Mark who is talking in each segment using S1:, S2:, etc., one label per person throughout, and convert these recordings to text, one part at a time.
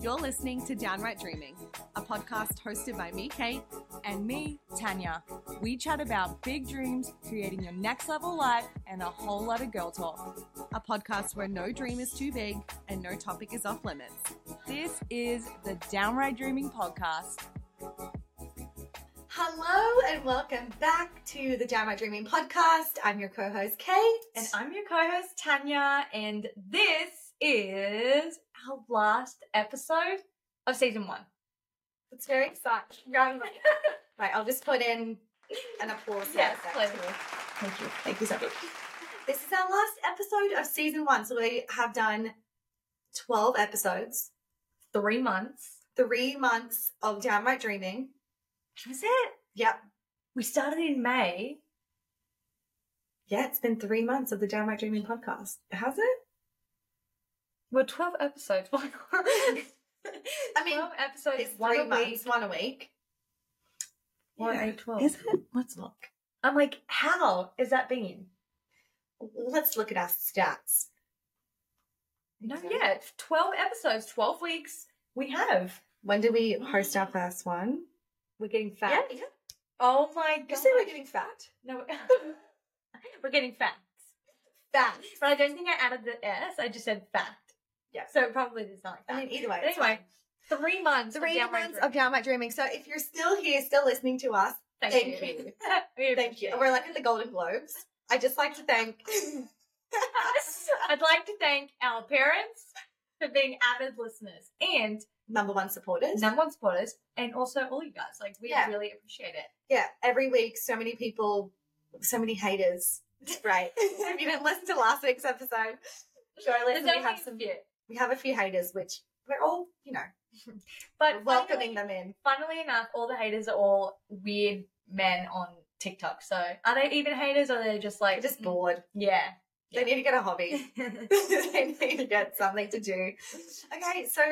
S1: You're listening to Downright Dreaming, a podcast hosted by me, Kate.
S2: And me, Tanya. We chat about big dreams, creating your next level life, and a whole lot of girl talk.
S1: a podcast where no dream is too big and no topic is off limits.
S2: This is the Downright Dreaming Podcast.
S3: Hello and welcome back to the Down My Dreaming podcast. I'm your co-host Kate.
S2: And I'm your co host, Tanya, and this is our last episode of season one.
S3: it's very exciting. right, I'll just put in an applause.
S2: Yes,
S3: sound
S2: please.
S3: effect. Thank you. Thank you so much. This is our last episode of season one. So we have done 12 episodes,
S2: Three months.
S3: three months of downright dreaming.
S2: That was it.
S3: Yep.
S2: We started in May.
S3: Yeah, it's been three months of the downright dreaming podcast. Has it?
S2: We're 12 episodes. Oh Why not?
S3: I mean,
S2: 12 episodes,
S3: It's
S2: one
S3: three
S2: a week.
S3: months, one a week.
S2: One
S3: Yeah.
S2: eight, 12.
S3: Is it? Let's look.
S2: Oh. I'm like, how is that being?
S3: Let's look at our stats.
S2: No,
S3: Okay.
S2: yeah, it's 12 episodes, 12 weeks. We have.
S3: When did we host our first one?
S2: We're getting fat. Oh my
S3: You
S2: god.
S3: say we're getting fat?
S2: no, we're getting fat.
S3: Fat.
S2: But I don't think I added the S, I just said fat.
S3: Yeah.
S2: So it probably is not like that.
S3: I mean, either way.
S2: But
S3: it's
S2: anyway, three months.
S3: fine. three
S2: of downright
S3: months
S2: dream.
S3: of downright dreaming. So if you're still here, still listening to us,
S2: Thank,
S3: thank
S2: you.
S3: you.
S2: We
S3: Thank you.
S2: appreciate
S3: We're like in the Golden Globes. I just like to thank.
S2: it. I'd like to thank our parents for being avid listeners and
S3: Number one supporters.
S2: number one supporters, and also all you guys. Like, we
S3: Yeah.
S2: really appreciate it.
S3: Yeah, every week, so many people, so many haters. It's great. if you didn't listen to last week's episode, sure, listen.
S2: There's
S3: We have
S2: only a
S3: some.
S2: few,
S3: We have a few haters, which we're all, you know,
S2: but
S3: welcoming
S2: finally-
S3: them in.
S2: funnily enough, all the haters are all weird men on TikTok. So are they even haters or are they just
S3: They're
S2: like mm,
S3: just bored.
S2: mm-hmm. Yeah.
S3: They need to get a hobby. they need to get something to do. Okay, so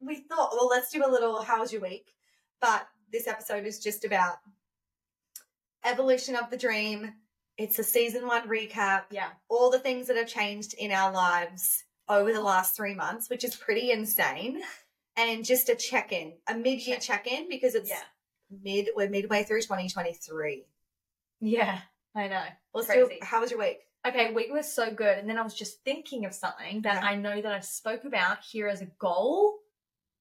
S3: we thought, well, let's do a little how was your week? But this episode is just about evolution of the dream. It's a season one recap,
S2: yeah.
S3: all the things that have changed in our lives over the last three months, which is pretty insane. And just a check in, a mid year check in, because it's
S2: Yeah.
S3: mid, we're midway through 2023.
S2: Yeah. I know.
S3: Let's
S2: Crazy.
S3: do, how was your week?
S2: Okay, week was so good. And then I was just thinking of something that
S3: Yeah.
S2: I know that I spoke about here as a goal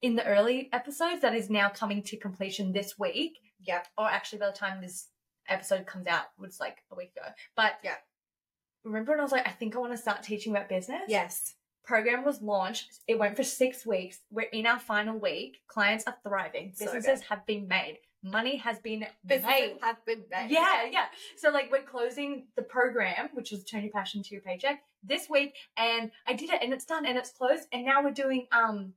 S2: in the early episodes that is now coming to completion this week.
S3: Yep.
S2: Or actually by the time this episode comes out, it's like a week ago. But
S3: Yeah.
S2: Remember when I was like, I think I want to start teaching about business?
S3: Yes.
S2: program was launched. It went for six weeks. We're in our final week. Clients are thriving.
S3: So
S2: Businesses have been made. Money has been made.
S3: Businesses have been made.
S2: Yeah, yeah. So like we're closing the program, which was Turn Your Passion to Your Paycheck, this week, and I did it, and it's done, and it's closed, and now we're doing um,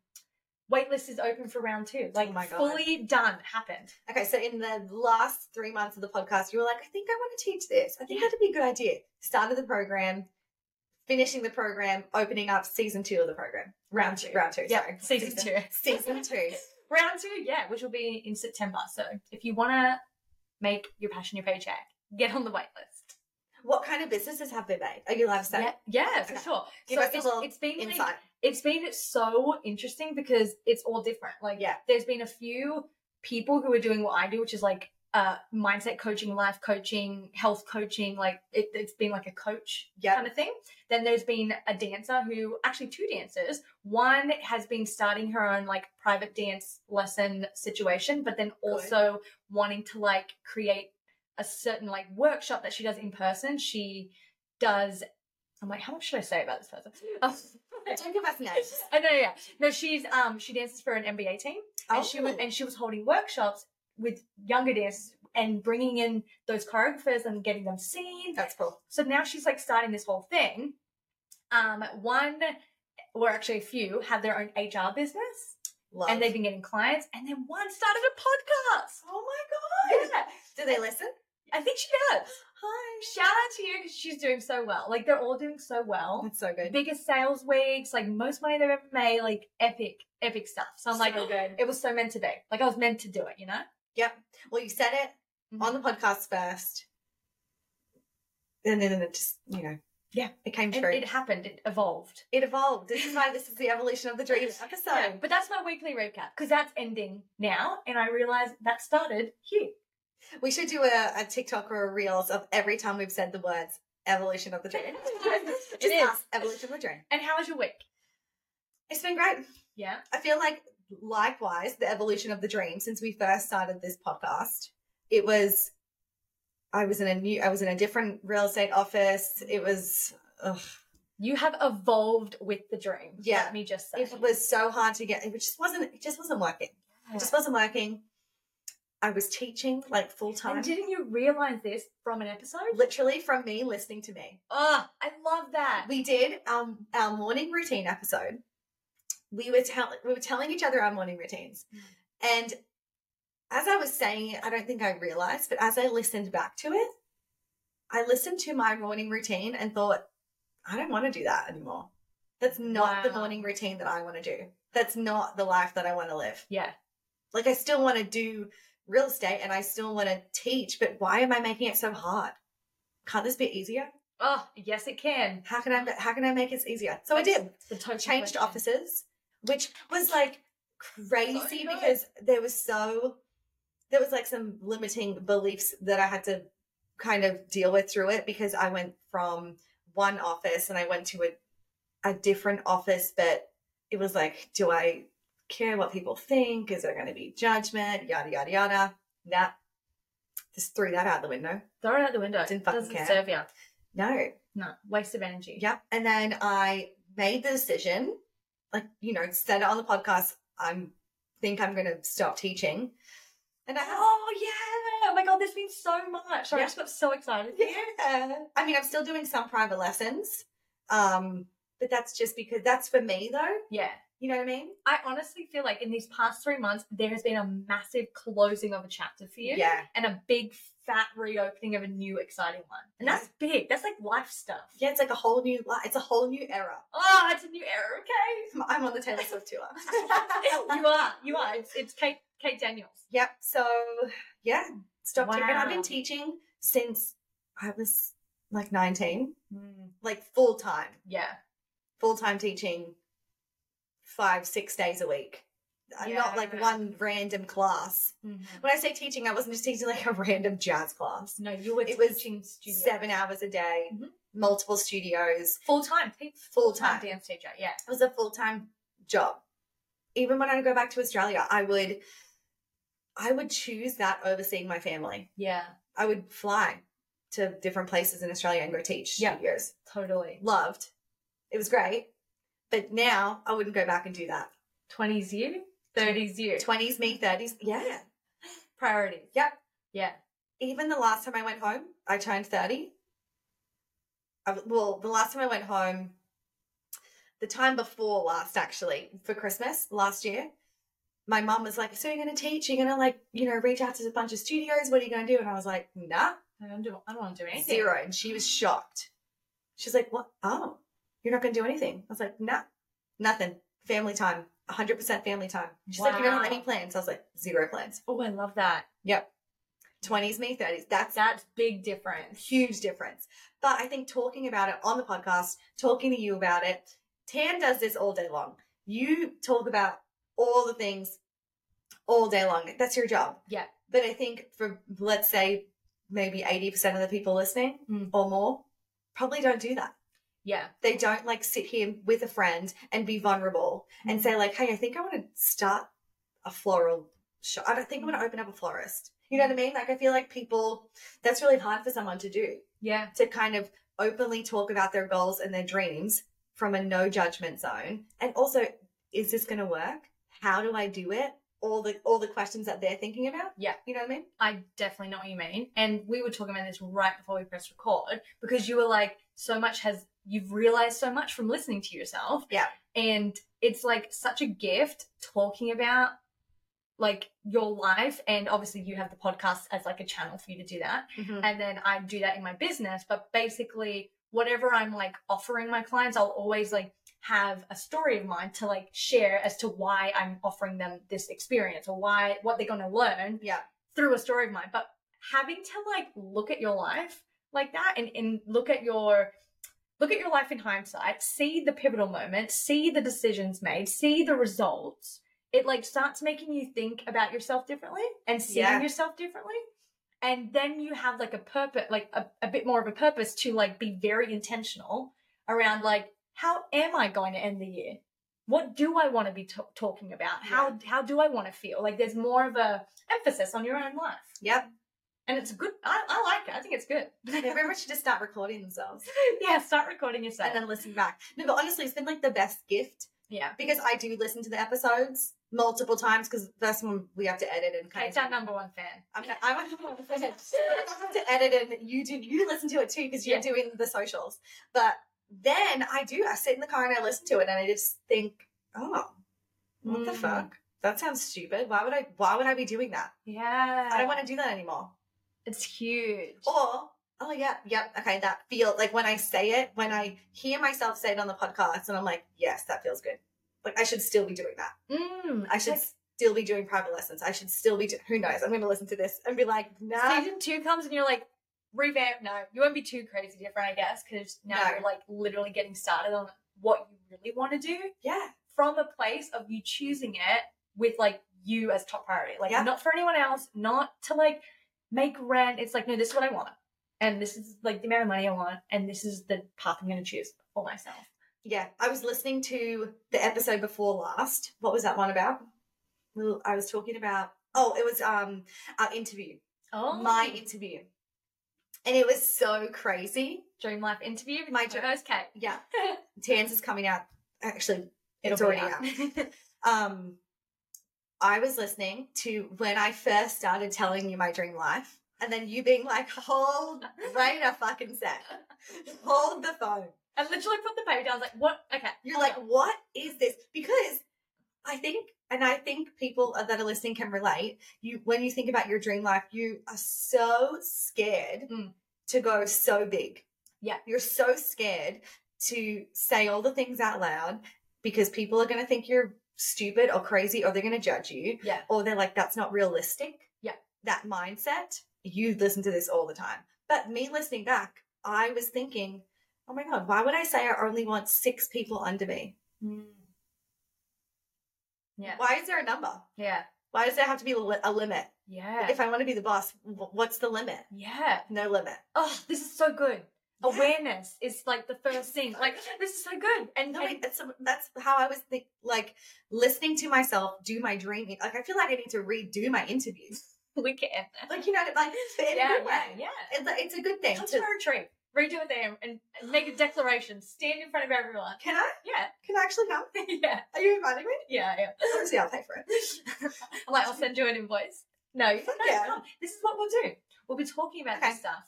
S2: waitlist is open for round two. Like
S3: my God.
S2: fully done, happened.
S3: Okay, so in the last three months of the podcast, you were like, I think I want to teach this. I think that'd be a good idea. Started the program, finishing the program, opening up season two of the program. Round two. Round two,
S2: Yep,
S3: sorry.
S2: season two.
S3: Season two.
S2: Round two, yeah, which will be in September. So if you want to make your passion your paycheck, get on the waitlist.
S3: What kind of businesses have they made? Are you allowed to say?
S2: yeah, yeah, for
S3: Okay.
S2: sure.
S3: Give us a
S2: it's,
S3: little
S2: it's been like-
S3: Inside.
S2: it's been so interesting because it's all different. Like,
S3: Yeah.
S2: there's been a few people who are doing what I do, which is like uh, mindset coaching, life coaching, health coaching. Like, it, it's been like a coach
S3: Yep.
S2: kind of thing. Then there's been a dancer who, actually, two dancers. One has been starting her own like private dance lesson situation, but then also wanting to like create a certain like workshop that she does in person. She does. I'm like, how much should I say about this person? Oh,
S3: Don't give us names.
S2: I know, yeah. No, she's um she dances for an NBA team,
S3: Oh,
S2: and she was and she was holding workshops with younger dancers and bringing in those choreographers and getting them seen.
S3: That's cool.
S2: So now she's like starting this whole thing. Um, one or actually a few have their own HR business,
S3: Love.
S2: and they've been getting clients, and then one started a podcast.
S3: Oh my god.
S2: Yeah,
S3: Do they listen?
S2: I think she does.
S3: Hi.
S2: Shout out to you because she's doing so well. Like they're all doing so well.
S3: That's so good.
S2: Biggest sales weeks, like most money they've ever made, like epic, epic stuff. So I'm like,
S3: so good.
S2: it was so meant to be. Like I was meant to do it, you know?
S3: Well, you said it on the podcast first. And then it just, you know,
S2: Yeah.
S3: it came
S2: It,
S3: true.
S2: it
S3: It,
S2: happened. It evolved.
S3: evolved. This is why this is the evolution of the dreams episode.
S2: Yeah, but that's my weekly recap because that's ending now, and I realize that started here.
S3: We should do a, a TikTok or a reels of every time we've said the words evolution of the dream.
S2: It
S3: Just
S2: is.
S3: us, evolution of the dream.
S2: And how was your week?
S3: It's been great.
S2: Yeah.
S3: I feel like likewise the evolution of the dream since we first started this podcast. It was I was in a new I was in a different real estate office. It was ugh,
S2: You have evolved with the dream.
S3: Yeah.
S2: Let me just say.
S3: it was so hard to get it just wasn't it just wasn't working. It just wasn't working. I was teaching like full time.
S2: and didn't you realize this from an episode?
S3: Literally from me listening to me.
S2: Oh, I love that.
S3: we did um our morning routine episode. We were tell we were telling each other our morning routines,
S2: Mm.
S3: and as I was saying it, I don't think I realized, but as I listened back to it, I listened to my morning routine and thought, I don't want to do that anymore. That's not the
S2: Wow.
S3: morning routine that I want to do. That's not the life that I want to live.
S2: yeah.
S3: Like I still want to do real estate and I still want to teach, but why am I making it so hard? Can't this be easier?
S2: Oh, yes, it can.
S3: How can I how can I make it easier? So I did
S2: The total
S3: changed
S2: question.
S3: offices, which was like crazy
S2: So good.
S3: because there was so there was like some limiting beliefs that I had to kind of deal with through it because I went from one office and I went to a a different office, but it was like, do I care what people think? Is there going to be judgment? Yada yada yada. Nah, just threw that out the window.
S2: Throw it out the window.
S3: Didn't fucking
S2: Doesn't
S3: care.
S2: serve you.
S3: No,
S2: No. Waste of energy.
S3: Yep. And then I made the decision, like, you know, said it on the podcast, I'm think I'm gonna stop teaching. And I have
S2: Oh yeah! Oh my god, this means so much. Sorry, I
S3: Yeah.
S2: just got so excited.
S3: yeah. I mean I'm still doing some private lessons. Um, but that's just because that's for me though.
S2: Yeah.
S3: You know what I mean?
S2: I honestly feel like in these past three months, there has been a massive closing of a chapter for you
S3: Yeah.
S2: and a big fat reopening of a new exciting one. And that's big. That's like life stuff.
S3: Yeah, it's like a whole new life. It's a whole new era.
S2: Oh, it's a new era, okay?
S3: I'm on the Taylor Swift tour.
S2: you are. You are. It's, it's Kate Kate Daniels.
S3: Yep. So yeah, stopped teaching. I've
S2: Wow.
S3: been teaching since I was like 19,
S2: Mm.
S3: like full time.
S2: Yeah.
S3: full time teaching five, six days a week. I'm Not like
S2: Yeah.
S3: one random class. When I say teaching, I wasn't just teaching like a random jazz class.
S2: Mm-hmm. No, you were
S3: It was
S2: teaching studio.
S3: Seven hours a day,
S2: Mhm.
S3: multiple studios.
S2: Full time.
S3: Full time.
S2: dance teacher. Yeah.
S3: It was a full time job. Even when I go back to Australia, I would I would choose that over seeing my family.
S2: Yeah.
S3: I would fly to different places in Australia and go teach
S2: Yeah.
S3: studios.
S2: Totally.
S3: Loved. It was great. But now I wouldn't go back and do that.
S2: 20s you, 30s you.
S3: Twenties, me, thirties. Yeah.
S2: Priorities.
S3: Yep.
S2: Yeah.
S3: Even the last time I went home, I turned thirty. I, well, the last time I went home, the time before last actually for Christmas last year, my mum was like, "So you're going to teach? You're going to like, you know, reach out to a bunch of studios? What are you going to do?" And I was like, "Nah,
S2: I don't, do, I don't want to do anything.
S3: zero. And she was shocked. She's like, "What? Oh, you're not going to do anything?" I was like, "Nah, nothing. Family time, 100 percent family time." She's like, "You don't have
S2: Wow.
S3: any plans?" I was like, zero plans."
S2: Oh, I love that.
S3: Yep. 20s, me 30s. That's a
S2: That's big difference.
S3: huge difference. But I think talking about it on the podcast, talking to you about it, Tan does this all day long. You talk about all the things all day long. That's your job.
S2: Yeah.
S3: But I think for, let's say, maybe 80% of the people listening
S2: Mm.
S3: or more probably don't do that.
S2: Yeah.
S3: They don't like sit here with a friend and be vulnerable
S2: Mm.
S3: and say, like, hey, I think I want to start a floral shop. I don't think I want to open up a florist. You know what I mean? Like, I feel like people, that's really hard for someone to do,
S2: Yeah.
S3: to kind of openly talk about their goals and their dreams from a no judgment zone. And also, is this going to work? How do I do it? All the all the questions that they're thinking about.
S2: Yeah.
S3: You know what I mean?
S2: I definitely know what you mean. And we were talking about this right before we pressed record because you were like, so much has, you've realized so much from listening to yourself.
S3: Yeah.
S2: And it's like such a gift talking about like your life. And obviously, you have the podcast as like a channel for you to do that. and then I do that in my business. But basically, whatever I'm like offering my clients, I'll always like have a story of mine to like share as to why I'm offering them this experience or why what they're going to learn
S3: Yeah.
S2: through a story of mine. But having to like look at your life like that and, and look at your look at your life in hindsight, see the pivotal moment, see the decisions made, see the results. It like starts making you think about yourself differently and seeing
S3: Yeah.
S2: yourself differently. And then you have like a purpose, like a, a bit more of a purpose to like be very intentional around like, how am I going to end the year? What do I want to be t- talking about? How how do I want to feel? Like there's more of a emphasis on your own life,
S3: Yep.
S2: and it's good. I, I like it. I think it's good.
S3: Everyone should just start recording themselves
S2: yeah, start recording yourself.
S3: and then listen back. No, but honestly, it's been like the best gift
S2: yeah,
S3: because I do listen to the episodes multiple times because that's when we have to edit and kind
S2: Kate's
S3: of.
S2: our number one fan.
S3: I'm, I'm, I'm to edit and you do you listen to it too because you're
S2: Yeah.
S3: doing the socials. But then I do I sit in the car and I listen to it and I just think, oh, what the
S2: Mm.
S3: fuck? That sounds stupid. Why would I? Why would I be doing that?
S2: Yeah,
S3: I don't want to do that anymore.
S2: It's huge.
S3: Or oh yeah, yep, okay, that feel like when I say it, when I hear myself say it on the podcast, and I'm like, yes, that feels good. Like I should still be doing that.
S2: Mm,
S3: I should still be doing private lessons. I should still be. Do- Who knows? I'm going to listen to this and be like, nah.
S2: season two comes and you're like revamp. No, you won't be too crazy different, I guess, because now
S3: No.
S2: you're like literally getting started on what you really want to do.
S3: yeah,
S2: from a place of you choosing it with like you as top priority. Like
S3: Yeah.
S2: not for anyone else, not to like make rent. It's like, no, this is what I want. And this is like the amount of money I want, and this is the path I'm gonna choose for myself.
S3: yeah. I was listening to the episode before last. What was that one about? Well, I was talking about. Oh, it was um our interview,
S2: Oh
S3: my interview, and it was so crazy.
S2: dream life interview with
S3: My
S2: my
S3: dream-
S2: first Kate.
S3: Yeah, Tans is coming out. Actually, it's
S2: It'll be
S3: already out. um, I was listening to when I first started telling you my dream life, and then you being like, "Hold, wait a fucking sec, hold the phone."
S2: I literally put the paper down, I was like, what okay.
S3: You're
S2: hold
S3: like,
S2: on.
S3: "What is this?" Because I think, and I think people that are listening can relate. You, when you think about your dream life, you are so scared
S2: Mm.
S3: to go so big.
S2: Yeah.
S3: you're so scared to say all the things out loud because people are going to think you're stupid or crazy, or they're going to judge you,
S2: Yeah.
S3: or they're like, "That's not realistic."
S2: Yeah.
S3: that mindset. You listen to this all the time, but me listening back, I was thinking. Oh my God, why would I say I only want six people under me?
S2: Mm. Yeah.
S3: Why is there a number?
S2: Yeah.
S3: Why does there have to be a li- a limit?
S2: Yeah.
S3: If I want to be the boss, wh- what's the limit?
S2: yeah.
S3: No limit.
S2: Oh, this is so good.
S3: Yeah.
S2: Awareness is like the first thing. Like, this is so good. And,
S3: No,
S2: and-
S3: wait, that's, that's how I was think, like listening to myself do my dreaming. Like I feel like I need to redo my interviews.
S2: we can.
S3: Like you know, like but in a good way.
S2: yeah.
S3: It's, a, it's a good thing.
S2: Come
S3: to-
S2: to our retreat, redo it there, and and make a declaration. Stand in front of everyone.
S3: can I?
S2: Yeah,
S3: Can I actually come?
S2: yeah,
S3: Are you inviting me?
S2: yeah, yeah.
S3: Honestly, I'll pay for it.
S2: I'm like, I'll send you an invoice. No, you
S3: Fuck
S2: no,
S3: yeah.
S2: come. This is what we'll do. We'll be talking about
S3: Okay.
S2: this stuff,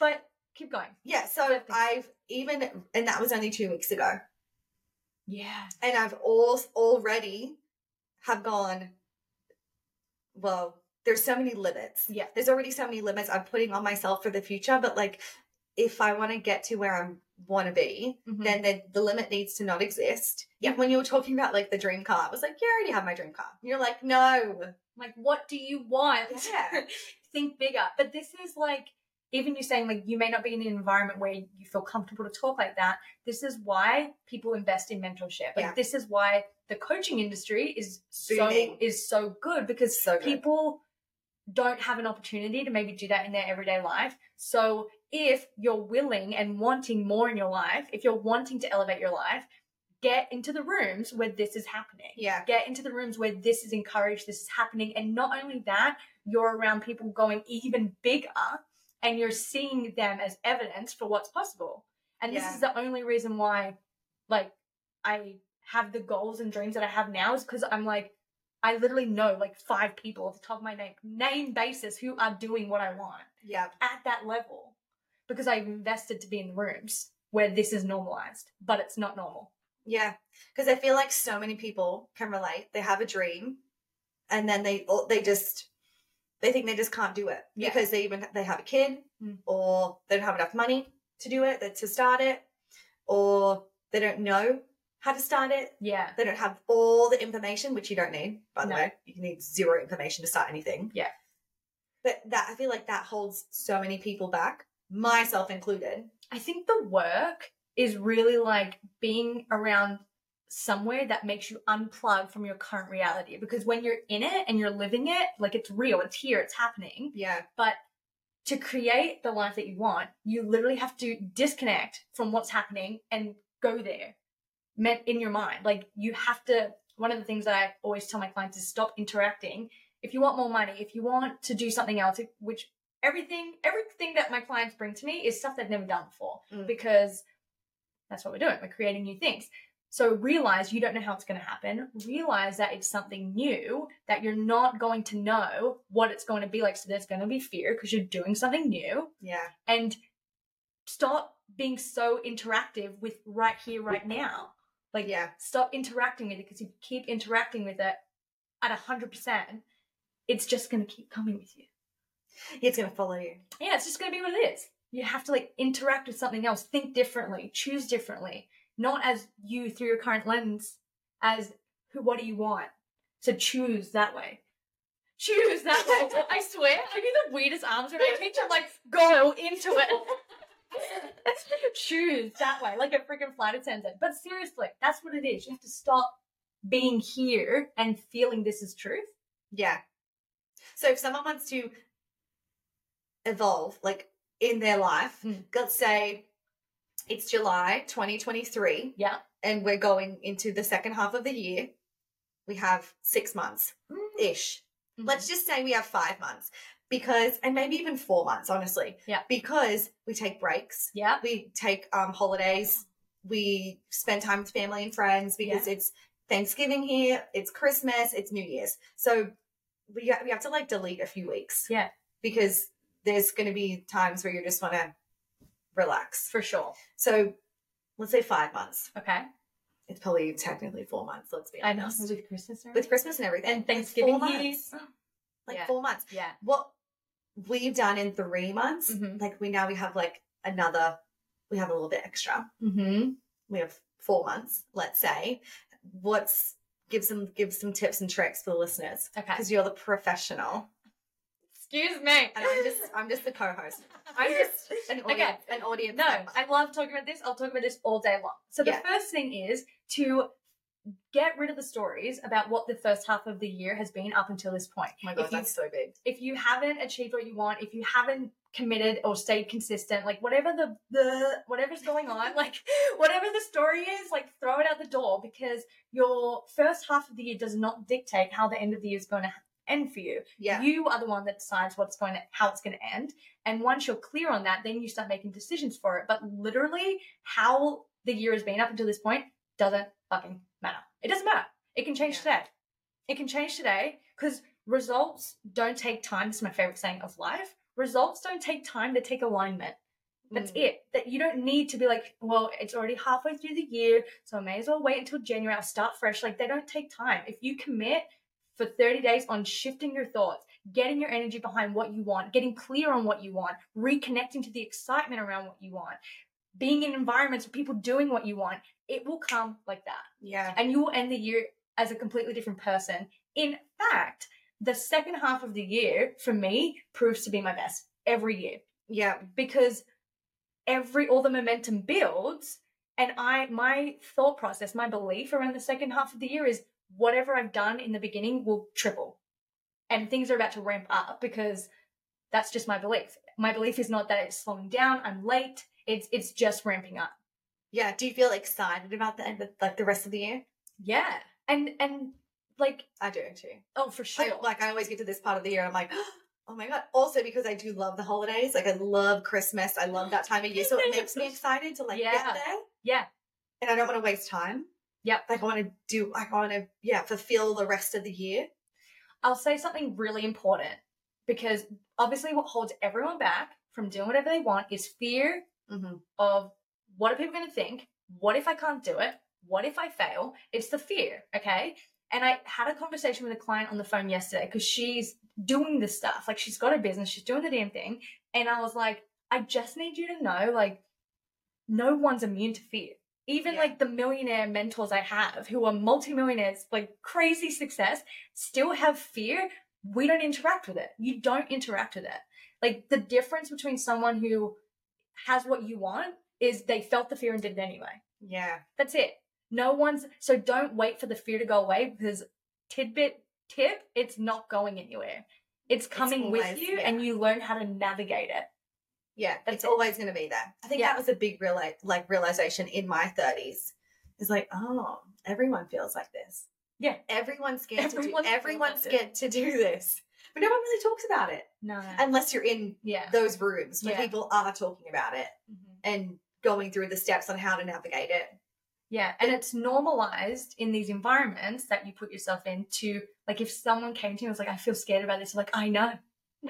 S2: but keep going.
S3: Yeah. So
S2: Perfect.
S3: I've even, and that was only two weeks ago,
S2: Yeah.
S3: and I've all already have gone. Well, there's so many limits.
S2: Yeah.
S3: there's already so many limits I'm putting on myself for the future, but like if I want to get to where I want to be,
S2: Mhm.
S3: then the, the limit needs to not exist. Yeah, when you were talking about like the dream car, I was like, yeah, I already have my dream car. And you're like, no.
S2: Like, what do you want?
S3: Yeah.
S2: Think bigger. But this is like, even you saying, like, you may not be in an environment where you feel comfortable to talk like that. This is why people invest in mentorship. Like,
S3: Yeah.
S2: this is why the coaching industry is so
S3: Booming.
S2: is so good because
S3: So good.
S2: people don't have an opportunity to maybe do that in their everyday life. So if you're willing and wanting more in your life, if you're wanting to elevate your life, get into the rooms where this is happening
S3: Yeah.
S2: get into the rooms where this is encouraged, this is happening. And not only that, you're around people going even bigger and you're seeing them as evidence for what's possible. And
S3: Yeah.
S2: this is the only reason why, like, I have the goals and dreams that I have now is because I'm like, I literally know like five people off the top of my name, name basis who are doing what I want
S3: Yeah.
S2: at that level because I've invested to be in rooms where this is normalized, but it's not normal.
S3: Yeah. Because I feel like so many people can relate. They have a dream and then they, oh, they just, they think they just can't do it
S2: Yeah.
S3: because they even, they have a kid
S2: Mm.
S3: or they don't have enough money to do it, that- to start it, or they don't know how to start it.
S2: Yeah.
S3: They don't have all the information, which you don't need, by the
S2: No.
S3: way. You need zero information to start anything.
S2: Yeah.
S3: But that I feel like that holds so many people back, myself included.
S2: I think the work is really like being around somewhere that makes you unplug from your current reality because when you're in it and you're living it, like it's real, it's here, it's happening.
S3: Yeah.
S2: To create the life that you want, you literally have to disconnect from what's happening and go there meant in your mind. Like you have to, one of the things that I always tell my clients is stop interacting. If you want more money, if you want to do something else, if- which everything, everything that my clients bring to me is stuff they've never done before
S3: Mm.
S2: because that's what we're doing. We're creating new things. So realize you don't know how it's going to happen. Realize that it's something new that you're not going to know what it's going to be like. So there's going to be fear because you're doing something new
S3: Yeah.
S2: and stop being so interactive with right here, right now. Like,
S3: Yeah.
S2: stop interacting with it because if you keep interacting with it at 100%, it's just going to keep coming with you.
S3: It's going to follow you.
S2: Yeah, it's just going to be what it is. You have to like interact with something else, think differently, choose differently, not as you through your current lens, as who, what do you want? So choose that way. Choose that way. I swear, I do the weirdest arms when I teach. I'm like, go into it. choose that way, like a freaking flight attendant. But seriously, that's what it is. You have to stop being here and feeling this is truth.
S3: Yeah. So if someone wants to evolve, like in their life,
S2: Mm.
S3: let's say it's July 2023
S2: Yeah.
S3: and we're going into the second half of the year, we have six months ish.
S2: Mm-hmm.
S3: Let's just say we have five months because, and maybe even four months, honestly.
S2: Yeah.
S3: Because we take breaks,
S2: Yeah.
S3: we take um, holidays, we spend time with family and friends because it's Thanksgiving here, it's Christmas, it's New Year's. So we, ha- we have to like delete a few weeks.
S2: Yeah.
S3: Because there's going to be times where you just want to relax.
S2: For sure.
S3: So let's say five months.
S2: Okay.
S3: It's probably technically four months, let's be
S2: I know.
S3: honest.
S2: With Christmas
S3: With Christmas and everything.
S2: and
S3: It's
S2: Thanksgiving.
S3: Four
S2: here.
S3: months. Like
S2: Yeah.
S3: four months.
S2: Yeah.
S3: what we've done in three months,
S2: Mhm.
S3: like we now we have like another, we have a little bit extra.
S2: Mm-hmm.
S3: We have four months, let's say. What's give some give some tips and tricks for the listeners
S2: Okay.
S3: because you're the professional
S2: Excuse me.
S3: and I'm just I'm just the co-host. I'm just an audience,
S2: Okay.
S3: an audience.
S2: No,
S3: member. Oh
S2: I love talking about this. I'll talk about this all day long. So the
S3: Yeah.
S2: first thing is to get rid of the stories about what the first half of the year has been up until this point.
S3: oh my god,
S2: if you-
S3: that's so big.
S2: If you haven't achieved what you want, if you haven't committed or stayed consistent, like whatever the the whatever's going on, like whatever the story is, like throw it out the door because your first half of the year does not dictate how the end of the year is going to end for you.
S3: Yeah,
S2: You are the one that decides what's going to, how it's going to end. And once you're clear on that, then you start making decisions for it. But literally, how the year has been up until this point doesn't fucking matter. It doesn't matter. It can change
S3: Yeah.
S2: today. It can change today because results don't take time. This is my favorite saying of life. Results don't take time, they take alignment. That's
S3: Mm.
S2: it. That you don't need to be like, well, it's already halfway through the year, so I may as well wait until January. I'll start fresh. Like they don't take time. If you commit for 30 days on shifting your thoughts, getting your energy behind what you want, getting clear on what you want, reconnecting to the excitement around what you want, being in environments with people doing what you want, it will come like that
S3: yeah,
S2: and you will end the year as a completely different person. In fact, the second half of the year for me proves to be my best every year
S3: yeah,
S2: because every all the momentum builds and I my thought process, my belief around the second half of the year is whatever I've done in the beginning will triple. And things are about to ramp up because that's just my belief. My belief is not that it's slowing down, I'm late. It's it's just ramping up.
S3: yeah. Do you feel excited about the end of like the rest of the year?
S2: Yeah. And and like
S3: I do too.
S2: oh for sure.
S3: I, like I always get to this part of the year, and I'm like, oh my god. Also because I do love the holidays, like I love Christmas, I love that time of year, so it makes me excited to like
S2: Yeah.
S3: get there.
S2: Yeah.
S3: And I don't want to waste time.
S2: Yep.
S3: Like I want to do, I want to yeah fulfill the rest of the year.
S2: I'll say something really important because obviously what holds everyone back from doing whatever they want is fear
S3: Mm-hmm.
S2: of what are people going to think? What if I can't do it? What if I fail? It's the fear, okay? And I had a conversation with a client on the phone yesterday because she's doing this stuff. Like she's got her business, she's doing the damn thing. And I was like, I just need you to know, like, no one's immune to fear. Even
S3: Yeah.
S2: like the millionaire mentors I have who are multimillionaires, like crazy success, still have fear. We don't interact with it. You don't interact with it. Like the difference between someone who has what you want is they felt the fear and did it anyway.
S3: Yeah.
S2: That's it. No one's so don't wait for the fear to go away because tidbit tip, it's not going anywhere. It's coming with
S3: always-
S2: you
S3: yeah.
S2: and you learn how to navigate it.
S3: Yeah,
S2: That's
S3: it's
S2: it.
S3: always going to be there. I think
S2: Yeah.
S3: that was a big reali- like realization in my thirties. It's like, oh, everyone feels like this.
S2: Yeah.
S3: everyone's scared.
S2: Everyone
S3: to
S2: feels
S3: do, everyone's
S2: like this.
S3: scared to do this, but no one really talks about it
S2: No.
S3: unless you're in
S2: yeah. Mm-hmm.
S3: those rooms where
S2: Yeah.
S3: people are talking about it and going through the steps on how to navigate it.
S2: Yeah, and it's normalized in these environments that you put yourself in to like if someone came to you and was like, I feel scared about this, you're like, I know.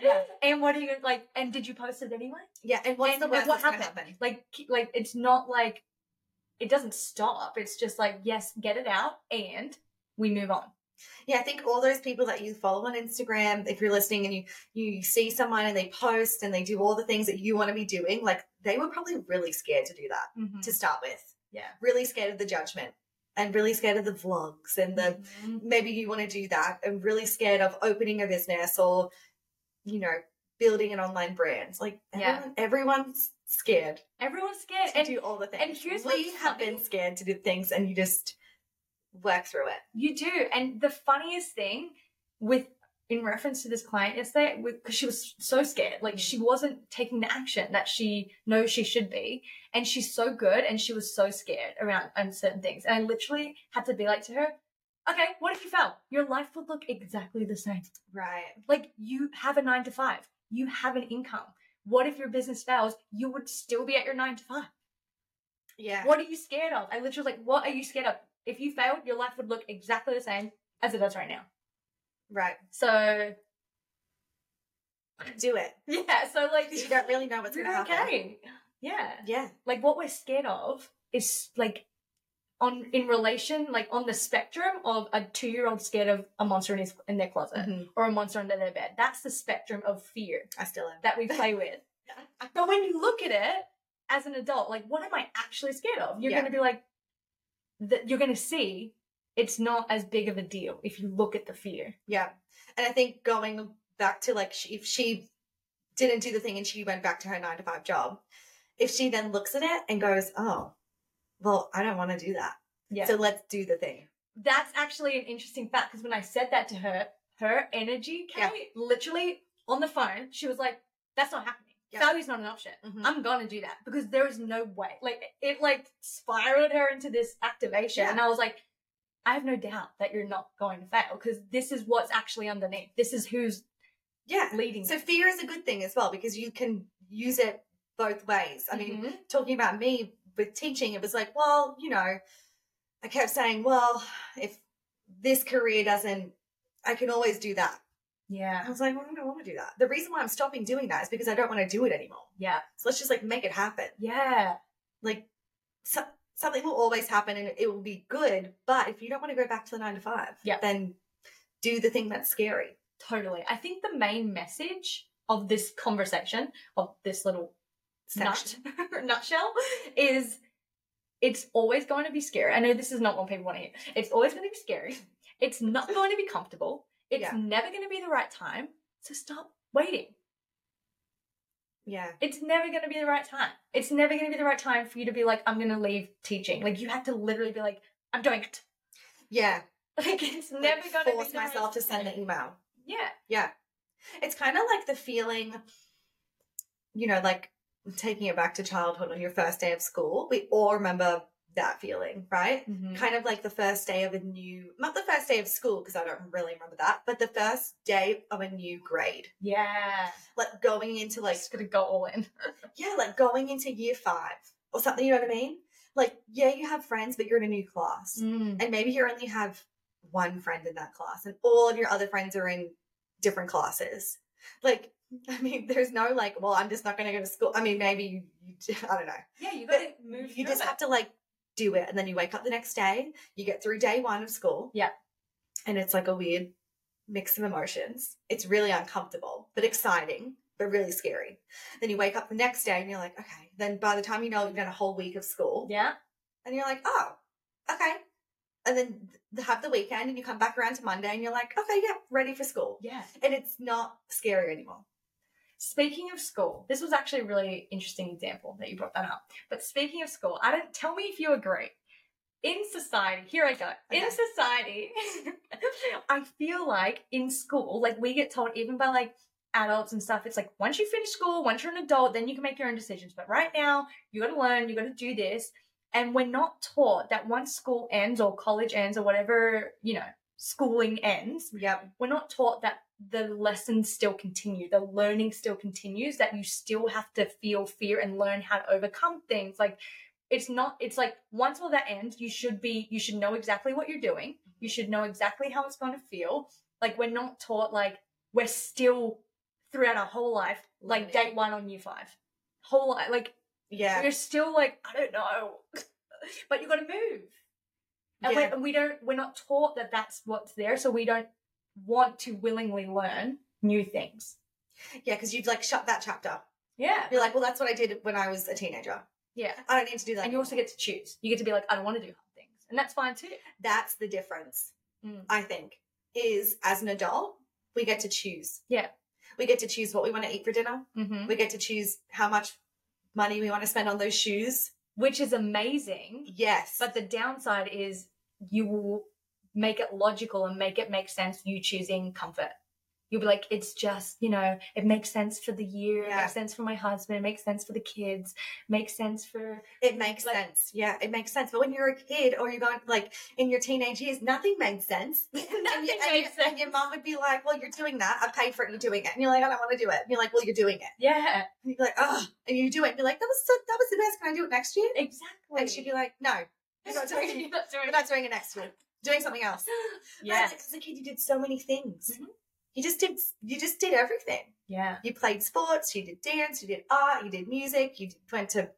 S3: Yeah.
S2: And what are you gonna like and did you post it anyway?
S3: Yeah, and what's
S2: And-
S3: the
S2: and
S3: worst
S2: what
S3: that's going to
S2: happened?
S3: happen?
S2: Like ke- like it's not like it doesn't stop. It's just like, yes, get it out and we move on.
S3: Yeah, I think all those people that you follow on Instagram, if you're listening and you you see someone and they post and they do all the things that you want to be doing, like they were probably really scared to do that. to start with.
S2: Yeah.
S3: Really scared of the judgment and really scared of the vlogs and the
S2: Mhm.
S3: maybe you want to do that and really scared of opening a business or, you know, building an online brand. Like
S2: Yeah.
S3: everyone, everyone's scared
S2: Everyone's scared.
S3: to
S2: And
S3: do all the things.
S2: and here's
S3: we
S2: what's
S3: have
S2: funny.
S3: been scared to do things and you just work through it.
S2: You do. And the funniest thing with in reference to this client yesterday, because she was so scared, like
S3: Mm.
S2: she wasn't taking the action that she knows she should be, and she's so good, and she was so scared around uncertain things, and I literally had to be like to her, okay, what if you fell? Your life would look exactly the same.
S3: Right.
S2: Like you have a nine to five, you have an income. What if your business fails? You would still be at your nine to five.
S3: Yeah.
S2: What are you scared of? I literally was like, what are you scared of? If you failed, your life would look exactly the same as it does right now.
S3: Right.
S2: So
S3: Do it.
S2: yeah, so like
S3: Because you don't really know what's
S2: you're
S3: going to happen.
S2: okay. Yeah,
S3: Yeah.
S2: like what we're scared of is like on in relation, like on the spectrum of a two-year-old scared of a monster in his in their closet
S3: Mm-hmm.
S2: or a monster under their bed. That's the spectrum of fear
S3: I still am.
S2: that we play with. But when you look at it as an adult, like what am I actually scared of? You're
S3: Yeah.
S2: going to be like, that you're going to see it's not as big of a deal if you look at the fear.
S3: Yeah. And I think going back to like, she, if she didn't do the thing and she went back to her nine to five job, if she then looks at it and goes, oh, well, I don't want to do that.
S2: Yeah.
S3: So let's do the thing.
S2: that's actually an interesting fact because when I said that to her, her energy, Kay,
S3: Yeah.
S2: literally on the phone, she was like, "That's not happening.
S3: Yeah. Mm.
S2: Failure's not an option. I'm gonna do that because there is no way." Like it, like spiraled her into this activation,
S3: Yeah.
S2: and I was like, "I have no doubt that you're not going to fail because this is what's actually underneath. This is who's
S3: Yeah.
S2: leading."
S3: So fear is a good thing as well because you can use it both ways. I mean, talking about me with teaching, it was like, well, you know, I kept saying, well, if this career doesn't, I can always do that. I
S2: yeah,
S3: was like, well, I don't want to do that. The reason why I'm stopping doing that is because I don't want to do it anymore.
S2: yeah,
S3: So let's just like make it happen.
S2: yeah,
S3: like so, something will always happen and it will be good but if you don't want to go back to the nine to five
S2: Yeah.
S3: then do the thing that's scary
S2: totally. I think the main message of this conversation of this little nut,
S3: section.
S2: nutshell is it's always going to be scary. I know this is not what people want to hear. It's always going to be scary. It's not going to be comfortable. It's
S3: Yeah.
S2: never going to be the right time. So stop waiting.
S3: yeah
S2: It's never going to be the right time. It's never going to be the right time for you to be like, I'm going to leave teaching. Like you have to literally be like, I'm doing it.
S3: yeah
S2: Like it's
S3: Like,
S2: never going to be
S3: force
S2: the right
S3: myself to send the email
S2: Yeah.
S3: it's kind of like the feeling you know like taking it back to childhood on your first day of school we all remember that feeling right
S2: Mm-hmm.
S3: kind of like the first day of a new not the first day of school because i don't really remember that but the first day of a new grade
S2: Yeah.
S3: like going into
S2: Like
S3: like
S2: just going to go all in.
S3: yeah, like going into year five or something, you know what I mean? Like, yeah, you have friends, but you're in a new class. And maybe you only have one friend in that class, and all of your other friends are in different classes. Like, I mean, there's no like, well, I'm just not going to go to school. I mean, maybe you, you I don't know.
S2: Yeah. You got to
S3: But
S2: move.
S3: You just have to like do it. And then you wake up the next day, you get through day one of school.
S2: Yeah.
S3: And it's like a weird mix of emotions. It's really uncomfortable, but exciting, but really scary. Then you wake up the next day and you're like, okay. Then by the time you know it, you've done a whole week of school
S2: Yeah.
S3: and you're like, oh, okay. And then th- have the weekend and you come back around to Monday and you're like, okay, yeah, ready for school.
S2: Yeah.
S3: And it's not scary anymore.
S2: Speaking of school, this was actually a really interesting example that you brought that up. But speaking of school, I don't tell me if you agree. In society, here I go. In
S3: Okay.
S2: society, I feel like in school, like we get told even by like adults and stuff, it's like once you finish school, once you're an adult, then you can make your own decisions. But right now, you gotta learn, you gotta do this. And we're not taught that once school ends or college ends or whatever, you know, schooling ends,
S3: Yep.
S2: we're not taught that the lessons still continue, the learning still continues, that you still have to feel fear and learn how to overcome things. Like it's not, it's like once all that ends, you should be, you should know exactly what you're doing. You should know exactly how it's going to feel. Like we're not taught, like we're still throughout our whole life, like
S3: Learning.
S2: date one on year five, whole life, like
S3: Yeah.
S2: you're still like, I don't know, but you got to move. And
S3: yeah.
S2: we're, and we don't, we're not taught that that's what's there. So we don't want to willingly learn new things.
S3: Yeah, because you've like shut that chapter.
S2: Yeah.
S3: You're like, well, that's what I did when I was a teenager.
S2: Yeah.
S3: I don't need to do that.
S2: And you also get to choose. You get to be like, I don't want to do hard things. And that's fine too.
S3: that's the difference,
S2: Mm.
S3: I think, is as an adult, we get to choose.
S2: Yeah.
S3: We get to choose what we want to eat for dinner.
S2: Mm-hmm.
S3: We get to choose how much money we want to spend on those shoes.
S2: Which is amazing.
S3: Yes.
S2: But the downside is you will make it logical and make it make sense you choosing comfort. You'll be like, it's just, you know, it makes sense for the year, it
S3: Yeah.
S2: makes sense for my husband, it makes sense for the kids, makes sense for
S3: it makes
S2: like-
S3: sense. Yeah, it makes sense. But when you're a kid or you're going like in your teenage years, nothing made sense. and, you,
S2: Nothing
S3: and, you-
S2: makes
S3: and your
S2: sense.
S3: mom would be like, Well, you're doing that. I paid for it, you're doing it. And you're like, I don't want to do it. And you're like, Well, you're doing it.
S2: Yeah.
S3: And you'd be like, Oh, and you do it. And you're like, That was so, that was the best. Can I do it next year?
S2: Exactly.
S3: And she'd be like, No, you're not doing it.
S2: You're not doing
S3: We're
S2: it.
S3: not doing it next year. Doing something else.
S2: Yeah.
S3: As a kid, you did so many things.
S2: Mhm.
S3: You just did. You just did everything.
S2: Yeah.
S3: You played sports. You did dance. You did art. You did music. You did- went to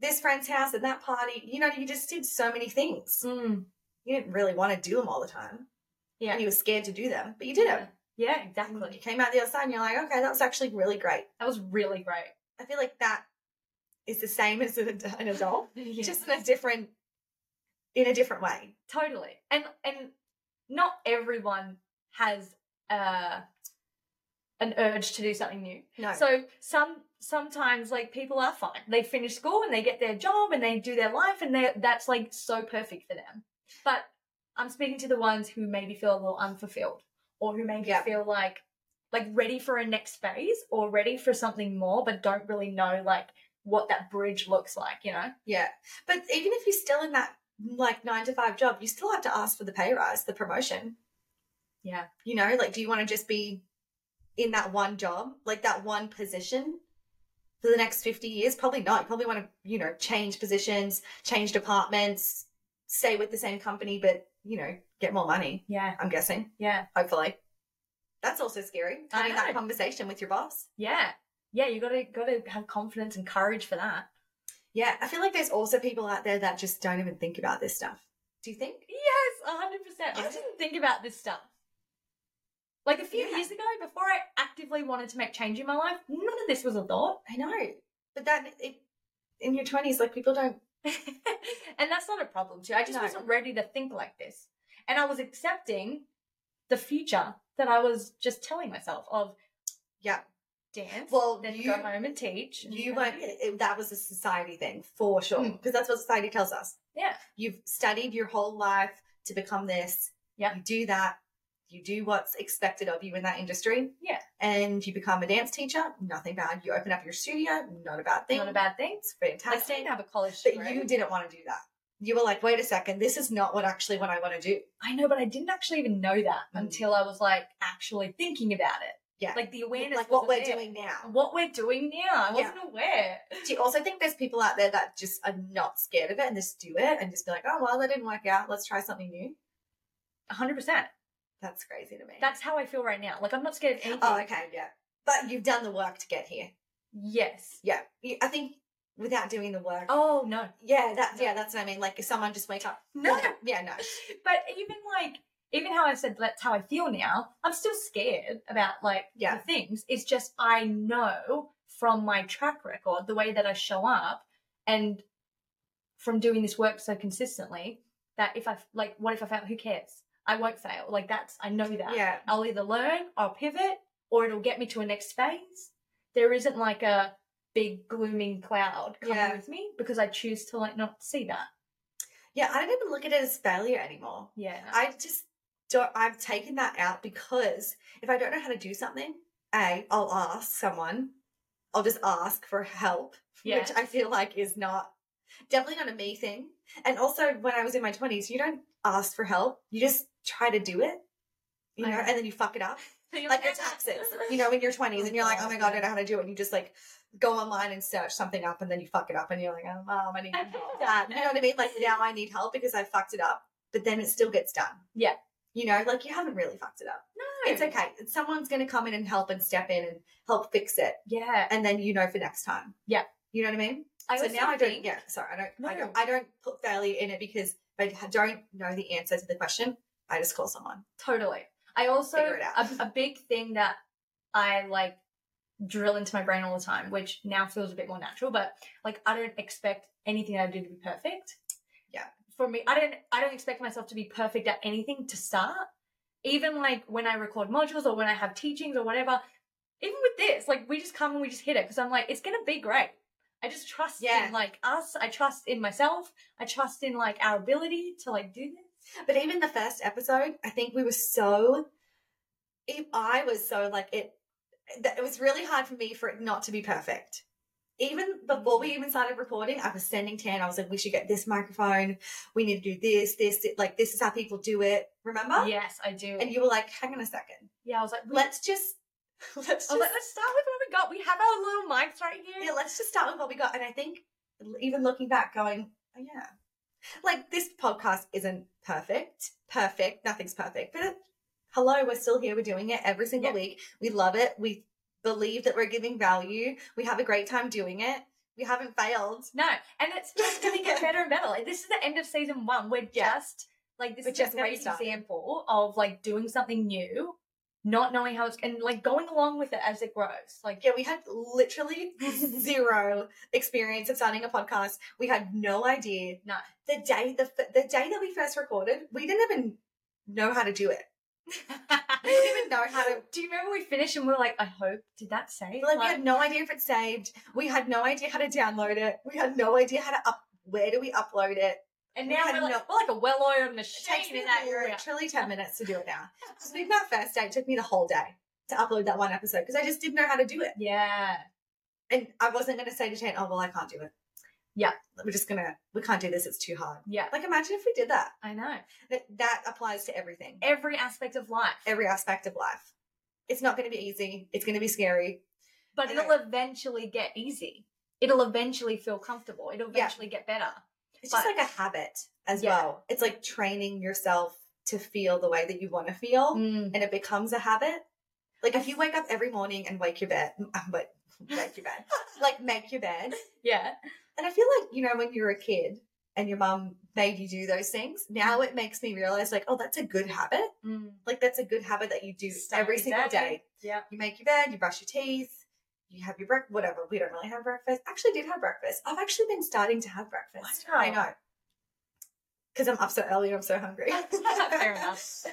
S3: this friend's house and that party. You know, you just did so many things.
S2: Mm.
S3: You didn't really want to do them all the time,
S2: Yeah.
S3: and you were scared to do them, but you did
S2: yeah.
S3: them.
S2: Yeah,
S3: And you
S2: exactly.
S3: came out the other side, and you're like, okay, that was actually really great.
S2: Mm. That was really great.
S3: I feel like that is the same as an ad- an adult,
S2: Yeah.
S3: just in a different, in a different way.
S2: totally. And and not everyone has uh an urge to do something new.
S3: No.
S2: So some sometimes like people are fine. They finish school and they get their job and they do their life and they that's like so perfect for them. But I'm speaking to the ones who maybe feel a little unfulfilled or who maybe
S3: Yeah.
S2: feel like like ready for a next phase or ready for something more but don't really know like what that bridge looks like, you know?
S3: Yeah. But even if you're still in that like nine to five job, you still have to ask for the pay rise, the promotion.
S2: Yeah.
S3: You know, like, do you want to just be in that one job, like that one position for the next 50 years? Probably not. You probably want to, you know, change positions, change departments, stay with the same company, but, you know, get more money,
S2: Yeah.
S3: I'm guessing,
S2: Yeah.
S3: hopefully. That's also scary.
S2: I
S3: Having that
S2: know.
S3: conversation with your boss.
S2: Yeah. Yeah, you gotta gotta have confidence and courage for that.
S3: Yeah. I feel like there's also people out there that just don't even think about this stuff. Do you think?
S2: Yes, hundred percent. I didn't think about this stuff. Like a few
S3: Yeah.
S2: years ago, before I actively wanted to make change in my life, none of this was a thought.
S3: I know, but that it, in your twenties, like people don't.
S2: and that's not a problem too. I just
S3: No.
S2: wasn't ready to think like this. And I was accepting the future that I was just telling myself of
S3: Yeah.
S2: dance.
S3: Well,
S2: then
S3: you-
S2: go home and teach. and
S3: You
S2: then-
S3: weren't. It, that was a society thing for sure,
S2: Mm-hmm. Mm.
S3: because that's what society tells us.
S2: Yeah.
S3: You've studied your whole life to become this.
S2: Yeah.
S3: You do that. You do what's expected of you in that industry.
S2: Yeah.
S3: And you become a dance teacher. Nothing bad. You open up your studio. Not a bad thing.
S2: Not a bad thing.
S3: It's
S2: Like, I
S3: fantastic.
S2: didn't have a college
S3: but
S2: degree.
S3: you didn't want to do that. You were like, wait a second. This is not what actually what I want to do.
S2: I know, but I didn't actually even know that
S3: Mm.
S2: until I was like actually thinking about it.
S3: Yeah.
S2: Like the awareness.
S3: Like what we're
S2: wasn't there.
S3: doing now.
S2: What we're doing now. I
S3: Yeah.
S2: wasn't aware.
S3: Do you also think there's people out there that just are not scared of it and just do it and just be like, oh, well, that didn't work out. Let's try something new?
S2: 100%.
S3: That's crazy to me.
S2: That's how I feel right now. Like I'm not scared of anything.
S3: oh, okay, yeah. But you've done the work to get here.
S2: Yes.
S3: Yeah. You, I think without doing the work.
S2: Oh, no.
S3: Yeah, that's yeah, that's what I mean. Like if someone just wake up,
S2: No.
S3: yeah, no,
S2: But even like, even how I said that's how I feel now, I'm still scared about like
S3: Yeah.
S2: the things. It's just I know from my track record, the way that I show up and from doing this work so consistently that if I like, what if I fail? Who cares? I won't fail. Like that's, I know that.
S3: yeah,
S2: I'll either learn, I'll pivot, or it'll get me to a next phase. there isn't like a big glooming cloud coming
S3: Yeah.
S2: with me because I choose to like not see that.
S3: Yeah, I don't even look at it as failure anymore.
S2: Yeah.
S3: I just don't, I've taken that out because if I don't know how to do something, A, I'll ask someone. I'll just ask for help,
S2: yeah.
S3: which I feel like is not, definitely not a me thing. And also, when I was in my 20s, you don't ask for help, you just try to do it, you
S2: I
S3: know,
S2: know.
S3: and then you fuck it up. like your taxes, you know, in your 20s, and you're like, oh my God, I don't know how to do it. And you just like go online and search something up, and then you fuck it up, and you're like, oh, mom, I need
S2: I feel
S3: help. Dad, you know what I mean? Like now I need help because I fucked it up, but then it still gets done.
S2: Yeah.
S3: You know, like you haven't really fucked it up.
S2: No.
S3: It's okay. Someone's going to come in and help and step in and help fix it.
S2: Yeah.
S3: And then you know for next time.
S2: Yeah.
S3: You know what I mean?
S2: I
S3: so
S2: also
S3: now I don't,
S2: think-
S3: yeah, sorry, I don't, I
S2: No.
S3: don't, I don't put failure in it because if I don't know the answer to the question, I just call someone.
S2: Totally. I also
S3: Figure it out.
S2: a, a big thing that I like drill into my brain all the time, which now feels a bit more natural, but like I don't expect anything that I do to be perfect.
S3: Yeah.
S2: For me, I don't I don't expect myself to be perfect at anything to start. Even like when I record modules or when I have teachings or whatever, even with this, like we just come and we just hit it because I'm like, it's gonna be great. I just trust
S3: Yeah.
S2: in like us. I trust in myself. I trust in like our ability to like do this.
S3: But even the first episode, I think we were so. If I was so like it, that it was really hard for me for it not to be perfect. Even before we even started recording, I was sending Tan. I was like, "We should get this microphone. We need to do this, this. thi- Like this is how people do it. Remember?"
S2: Yes, I do.
S3: And you were like, "Hang on a second.
S2: Yeah, I was like, we- Oh,
S3: Let's just, let's
S2: I
S3: just,
S2: was like, let's start with what we got. We have our little mics right here.
S3: yeah, let's just start with what we got." And I think even looking back, going, oh, "Yeah." Like this podcast isn't perfect. Perfect. Nothing's perfect. But hello, we're still here. We're doing it every single
S2: Yeah.
S3: week. We love it. We believe that we're giving value. We have a great time doing it. We haven't failed.
S2: no, and it's just going to get better and better. Like this is the end of season one. We're
S3: Yeah.
S2: just like this
S3: We're
S2: is
S3: just
S2: a
S3: getting
S2: great
S3: started.
S2: example of like doing something new, not knowing how it's and like going along with it as it grows. Like
S3: Yeah, we had literally zero experience of starting a podcast. We had no idea.
S2: No.
S3: The day the f- the day that we first recorded, we didn't even know how to do it. We didn't even know how to
S2: Do you remember we finished and we were like, I hope did that say
S3: Like, we had no idea if it's saved. We had no idea how to download it. We had no idea how to up. Where do we upload it?
S2: and
S3: we
S2: now
S3: had
S2: we're like,
S3: no-
S2: we're like a well-oiled machine
S3: It takes me
S2: in that area.
S3: literally 10 minutes to do it now. Just being that first day, it took me the whole day to upload that one episode because I just didn't know how to do it.
S2: Yeah,
S3: And I wasn't going to say to Shane, oh, well, I can't do it.
S2: Yeah.
S3: We're just going to, we can't do this. It's too hard.
S2: yeah,
S3: Like, imagine if we did that.
S2: I know.
S3: That, that applies to everything,
S2: Every aspect of life.
S3: every aspect of life. It's not going to be easy. It's going to be scary.
S2: but
S3: I
S2: it'll
S3: know.
S2: eventually get easy. It'll eventually feel comfortable. It'll
S3: Yeah.
S2: eventually get better.
S3: It's just
S2: But-
S3: like a habit as
S2: Yeah.
S3: well. It's like training yourself to feel the way that you want to feel.
S2: Mm.
S3: and it becomes a habit. Like if you wake up every morning and wake your bed, but make your bed, like make your bed.
S2: Yeah.
S3: And I feel like you know when you were a kid and your mum made you do those things. Now it makes me realize like, oh, that's a good habit.
S2: Mm.
S3: Like that's a good habit that you do
S2: Start
S3: every
S2: your
S3: single
S2: day.
S3: day.
S2: Yeah.
S3: You make your bed, you brush your teeth, you have your breakfast. Whatever. We don't really have breakfast. Actually, I did have breakfast. I've actually been starting to have breakfast.
S2: Wow.
S3: I know. Because I'm up so early and I'm so hungry.
S2: Fair enough.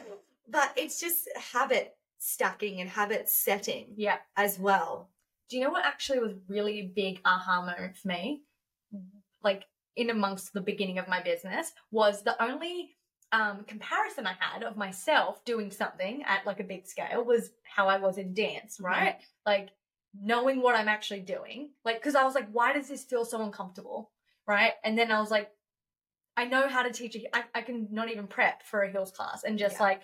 S3: But it's just habit stacking and habit setting
S2: Yeah.
S3: as well.
S2: Do you know what actually was really a big aha moment for me? Like in amongst the beginning of my business was the only um, comparison I had of myself doing something at like a big scale was how I was in dance, right? Like knowing what I'm actually doing. Like, cause I was like, why does this feel so uncomfortable? Right. And then I was like, I know how to teach. A, I, I can not even prep for a heels class and just
S3: Yeah.
S2: like,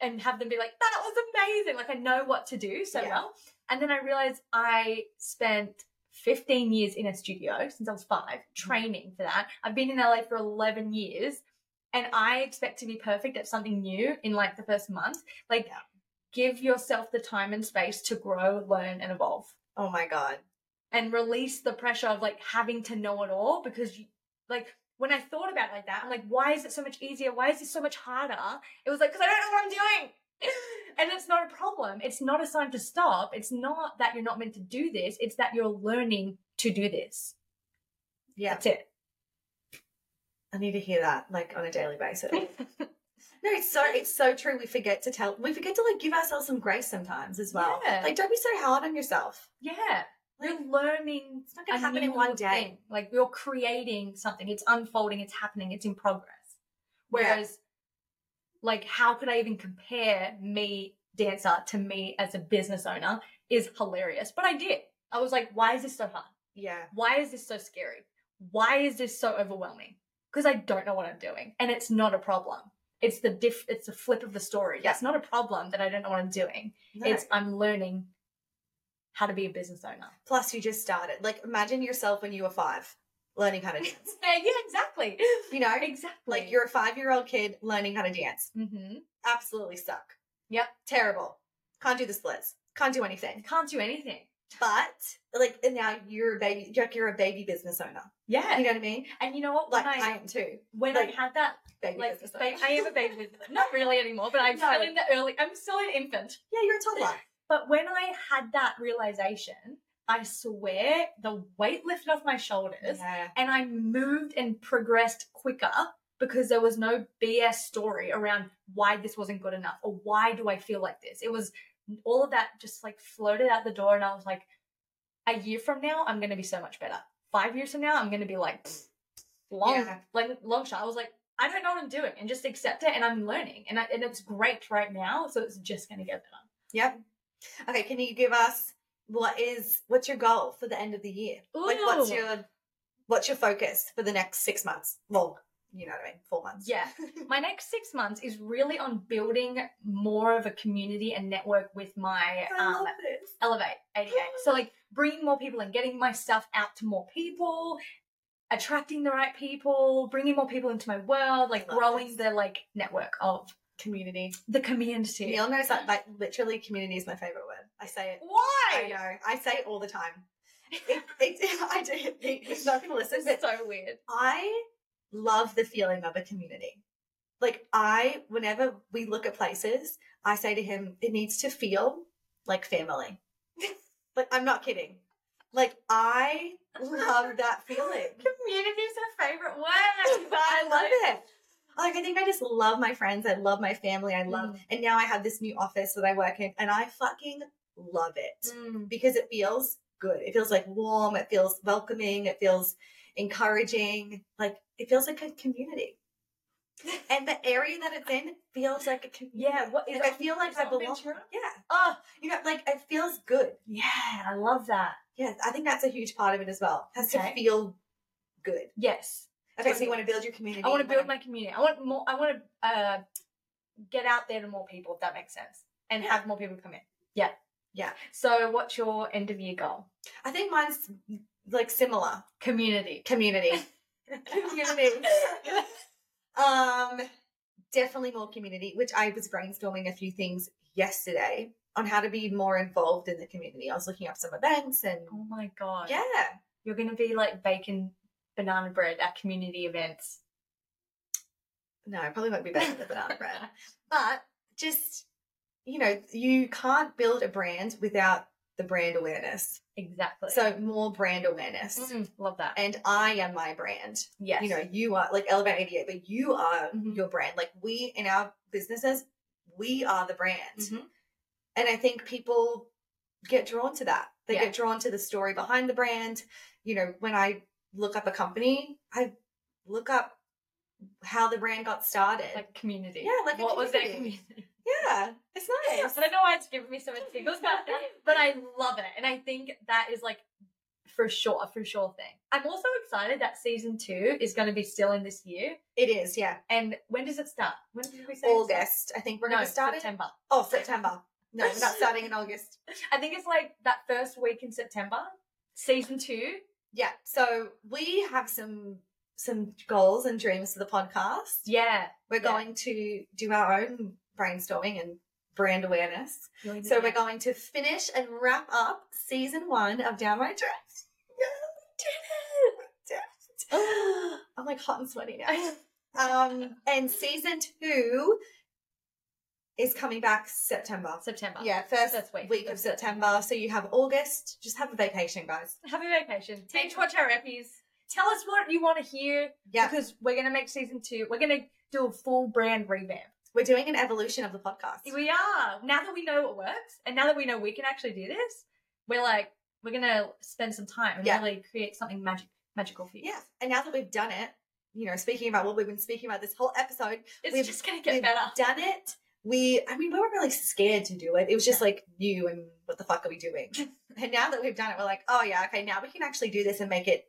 S2: and have them be like, that was amazing. Like I know what to do so
S3: Yeah.
S2: well. And then I realized I spent 15 years in a studio since I was five
S3: Mm-hmm.
S2: training for that. I've been in LA for 11 years and I expect to be perfect at something new in like the first month. Like,
S3: Yeah.
S2: give yourself the time and space to grow, learn, and evolve,
S3: Oh my God.
S2: and release the pressure of like having to know it all because you like. When I thought about it like that, I'm like, why is it so much easier? Why is this so much harder? It was like, because I don't know what I'm doing. and it's not a problem. It's not a sign to stop. It's not that you're not meant to do this. It's that you're learning to do this.
S3: Yeah.
S2: That's it.
S3: I need to hear that like on a daily basis. No, it's so it's so true. We forget to tell we forget to like give ourselves some grace sometimes as well.
S2: Yeah.
S3: Like don't be so hard on yourself.
S2: Yeah. You're learning
S3: It's not gonna happen in one day.
S2: thing. Like you're creating something. It's unfolding. It's happening. It's in progress. Whereas, like, how could I even compare me dancer to me as a business owner is hilarious. But I did. I was like, why is this so hard?
S3: Yeah.
S2: Why is this so scary? Why is this so overwhelming? Because I don't know what I'm doing, and it's not a problem. It's the diff. It's the flip of the story.
S3: Yeah.
S2: It's not a problem that I don't know what I'm doing. It's
S3: It's
S2: I'm learning how to be a business owner.
S3: plus you just started. Like imagine yourself when you were five, learning how to dance.
S2: yeah, yeah, exactly.
S3: You know?
S2: Exactly.
S3: Like you're a five year old kid learning how to dance.
S2: hmm
S3: Absolutely suck.
S2: Yep.
S3: Terrible. Can't do the splits. Can't do anything.
S2: Can't do anything.
S3: But like and now you're a baby like you're a baby business owner.
S2: Yeah.
S3: You know what I mean?
S2: and you know what? When
S3: Like I,
S2: I,
S3: am too.
S2: when
S3: like,
S2: I had that,
S3: Baby
S2: like,
S3: business owner.
S2: ba- I am a baby. business- Not really anymore, but I'm
S3: No.
S2: still in the early. I'm still an infant.
S3: yeah, you're a toddler.
S2: But when I had that realization, I swear the weight lifted off my shoulders
S3: Yeah.
S2: and I moved and progressed quicker because there was no BS story around why this wasn't good enough or why do I feel like this. It was all of that just like floated out the door, and I was like, a year from now, I'm going to be so much better. Five years from now, I'm going to be like pfft, long,
S3: Yeah.
S2: like long shot. I was like, I don't know what I'm doing, and just accept it, and I'm learning, and I, and it's great right now, so it's just going to get better.
S3: Yep. Okay, can you give us what is what's your goal for the end of the year? Like what's
S2: Ooh.
S3: your what's your focus for the next six months? Well, you know what I mean, four months.
S2: Yeah. My next six months is really on building more of a community and network with my
S3: I
S2: um,
S3: love this.
S2: Elevate 88. So, like, bringing more people and getting my stuff out to more people, attracting the right people, bringing more people into my world, like,
S3: Love
S2: growing
S3: this.
S2: the, like, network of
S3: Community.
S2: the community.
S3: Neil knows that like literally community is my favorite word. I say it. I
S2: Why?
S3: know. I say it all the time. It, it, I do. He- He's not going to listen,
S2: This is
S3: but
S2: so weird.
S3: I love the feeling of a community. Like I, whenever we look at places, I say to him, it needs to feel like family. like I'm not kidding. Like I love that feeling.
S2: Community is her favorite word.
S3: I love it. Like I think I just love my friends. I love my family. I
S2: Mm.
S3: love, and now I have this new office that I work in, and I fucking love it
S2: Mm.
S3: because it feels good. It feels like warm. It feels welcoming. It feels encouraging. Like it feels like a community. and the area that it's in feels like a community.
S2: Yeah, what is
S3: Like, I feel like I
S2: something
S3: belong.
S2: true?
S3: Yeah.
S2: Oh,
S3: You know, like it feels good.
S2: yeah, I love that.
S3: Yeah. I think that's a huge part of it as well. It has
S2: Okay.
S3: to feel good.
S2: Yes.
S3: Okay. So you want to build your community.
S2: I want to
S3: you
S2: build my community. I want more. I want to uh, get out there to more people. If that makes sense, and have more people come in. Yeah,
S3: Yeah.
S2: So, what's your end of year goal?
S3: I think mine's like similar
S2: Community.
S3: community. community. um, definitely more community, which I was brainstorming a few things yesterday on how to be more involved in the community. I was looking up some events and
S2: Oh my god.
S3: yeah,
S2: You're gonna be like baking banana bread at community events.
S3: no, I probably won't be better than banana bread, but just you know, you can't build a brand without the brand awareness.
S2: Exactly.
S3: So more brand awareness.
S2: Mm, love that.
S3: And I am my brand.
S2: yes.
S3: you know, you are like Elevate 88, but you are
S2: Mhm.
S3: your brand. Like we in our businesses, we are the brand.
S2: Mhm.
S3: And I think people get drawn to that. They
S2: Yeah.
S3: get drawn to the story behind the brand. You know, when I look up a company, I look up how the brand got started.
S2: like community.
S3: Yeah, like a
S2: what was that
S3: community.
S2: community?
S3: yeah, it's nice.
S2: I don't know why it's giving me so much giggles, but but I love it, and I think that is like for sure, a for sure thing. I'm also excited that season two is going to be still in this year.
S3: It is, yeah.
S2: And when does it start? When did we say it starts?
S3: August. I think we're going
S2: no,
S3: to start it.
S2: September.
S3: Oh, September. No, we're not starting in August.
S2: I think it's like that first week in September, season two.
S3: Yeah. So we have some some goals and dreams for the podcast.
S2: Yeah.
S3: We're
S2: Yeah.
S3: going to do our own brainstorming and brand awareness. So we're going to finish and wrap up season one of Down My Dress. Yes, we did it. I'm like hot and sweaty now. Um, and season two is coming back September.
S2: September.
S3: Yeah, first
S2: First week.
S3: week of September. So you have August. Just have a vacation, guys.
S2: Happy vacation. Binge watch our episodes. tell us what you want to hear
S3: Yeah.
S2: because we're going to make season two. We're going to do a full brand revamp.
S3: We're doing an evolution of the podcast.
S2: We are. Now that we know what works and now that we know we can actually do this, we're like, we're going to spend some time and
S3: Yeah.
S2: really create something magic, magical for you.
S3: Yeah. And now that we've done it, you know, speaking about what we've been speaking about this whole episode,
S2: It's
S3: We've-
S2: just going to get
S3: we've
S2: better.
S3: done it. We, I mean, we weren't really scared to do it. It was just like new and what the fuck are we doing? and now that we've done it, we're like, oh yeah, okay, now we can actually do this and make it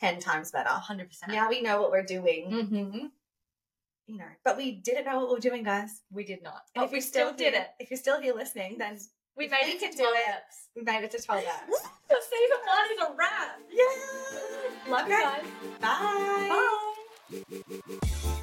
S3: 10 times better.
S2: 100%.
S3: Now we know what we're doing,
S2: hmm
S3: you know, but we didn't know what we were doing, guys.
S2: We did not.
S3: And
S2: But we still did
S3: here-
S2: it.
S3: If you're still here listening, then
S2: We
S3: If
S2: made
S3: we
S2: it
S3: can
S2: to
S3: do
S2: 12
S3: it.
S2: eps.
S3: we made it to 12 hours.
S2: So season one is a wrap.
S3: yeah.
S2: Love you
S3: Okay.
S2: guys.
S3: Bye.
S2: Bye.